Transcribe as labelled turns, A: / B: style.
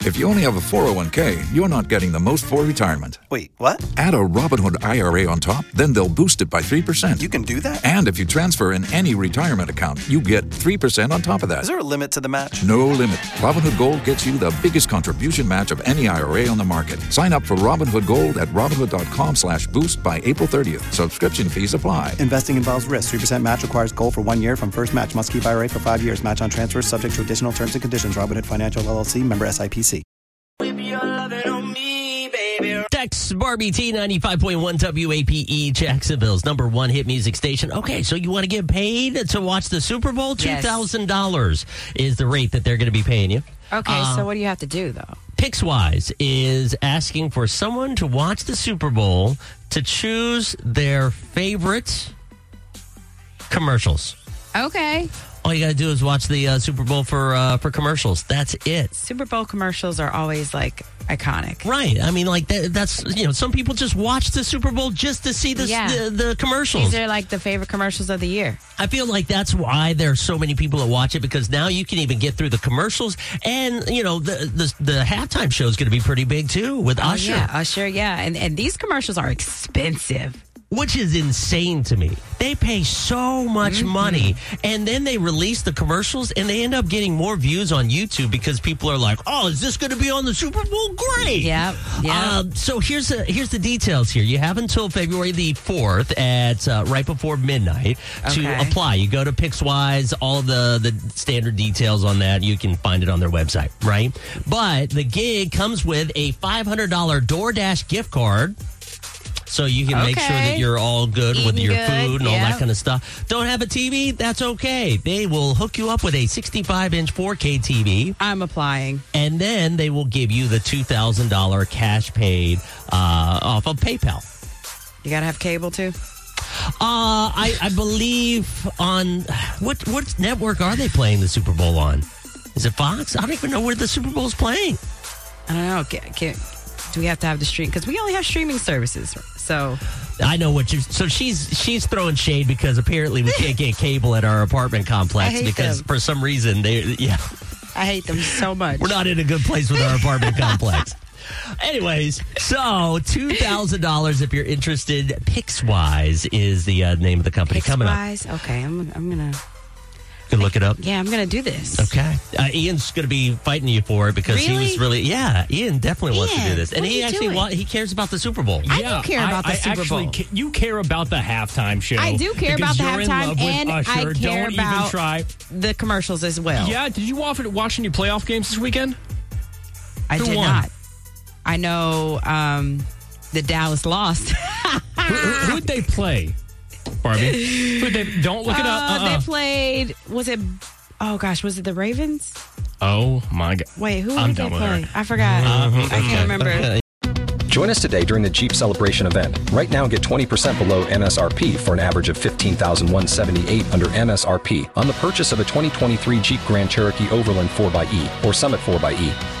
A: If you only have a 401k, you're not getting the most for retirement.
B: Wait, what?
A: Add a Robinhood IRA on top, then they'll boost it by 3%.
B: You can do that?
A: And if you transfer in any retirement account, you get 3% on top of that.
B: Is there a limit to the match?
A: No limit. Robinhood Gold gets you the biggest contribution match of any IRA on the market. Sign up for Robinhood Gold at Robinhood.com slash boost by April 30th. Subscription fees apply.
B: Investing involves risk. 3% match requires gold for one year from first match. Must keep IRA for five years. Match on transfers subject to additional terms and conditions. Robinhood Financial LLC. Member SIPC.
C: Dex Barbie T ninety five point one WAPe E, Jacksonville's number one hit music station. Okay, so you want to get paid to watch the Super Bowl? Two
D: Yes.
C: thousand dollars is the rate that they're going to be paying you.
D: Okay,
C: Um,
D: so what do you have to do though?
C: PixWise is asking for someone to watch the Super Bowl to choose their favorite commercials.
D: Okay,
C: All you got to do is watch the uh, Super Bowl for uh, for commercials. That's it.
D: Super Bowl commercials are always like iconic.
C: Right. I mean, like that, that's you know, some people just watch the Super Bowl just to see the
D: Yeah.
C: the, the commercials.
D: These are like the favorite commercials of the year.
C: I feel like that's why there's so many people that watch it because now you can even get through the commercials and you know the the, the halftime show is going to be pretty big too with Usher,
D: Oh, Yeah, Usher. Yeah, and and these commercials are expensive.
C: which is insane to me. They pay so much money and then they release the commercials and they end up getting more views on YouTube because people are like, "Oh, is this going to be on the Super Bowl? Great!"
D: Yep, yep.
C: Um, so here's the here's the details. Here, you have until February the fourth at uh, right before midnight to
D: Okay.
C: apply. apply. You go to PixWise, all the the standard details on that. You can find it on their website, right? But the gig comes with a five hundred dollar DoorDash gift card. So you can make sure that
D: Okay.
C: you're all good with
D: Eating
C: your
D: good,
C: food and all that
D: yep.
C: kind of stuff. Don't have a TV? That's okay. They will hook you up with a 65 inch 4K TV,
D: I'm applying.
C: and then they will give you the $2,000 cash paid uh, off of PayPal.
D: You gotta have cable too.
C: Uh, I, I believe on what what network are they playing the Super Bowl on? Is it Fox? I don't even know where the Super Bowl's playing.
D: I don't know. Can, can, do we have to have the stream? Because we only have streaming services. So
C: I know what you. So she's she's throwing shade because apparently we can't get cable at our apartment
D: I
C: complex
D: hate
C: because
D: them.
C: for some reason they yeah
D: I hate them so much.
C: we're not in a good place with our apartment complex. Anyways, so two thousand dollars if you're interested. Pixwise is the uh, name of the company coming up.
D: Pixwise? Okay, I'm, I'm gonna.
C: You can look it up.
D: Yeah, I'm gonna do this.
C: Okay. Uh, Ian's going to be fighting you for it because he
D: Really?
C: was really yeah. Ian definitely wants to do
D: Ian,
C: this, and
D: what are
C: he
D: you
C: actually
D: doing?
C: wa- he cares about the Super Bowl.
D: I do care about the
E: I
D: Super
E: actually
D: Bowl.
E: ca- you care about the halftime show.
D: I do care about
E: because
D: the
E: you're in
D: halftime,
E: love with
D: and
E: Usher.
D: I care
E: Don't
D: about-
E: even try.
D: The commercials as well.
E: Yeah, did you watch, watch any playoff games this weekend?
D: I
E: Who
D: did
E: won?
D: not. I know um, the Dallas lost.
E: Who- who, who'd they play, Barbie? Who'd they, don't look it up.
D: Uh,
E: Uh-uh.
D: They played. Was it? Oh gosh, was it the Ravens?
E: oh my god!
D: Wait, who
E: I'm
D: did they
E: done with
D: play?
E: her.
D: I forgot. I can't remember.
F: Join us today during the Jeep Celebration event. Right now, get 20% below MSRP for an average of 15178 under MSRP on the purchase of a 2023 Jeep Grand Cherokee Overland 4xE or Summit 4xE.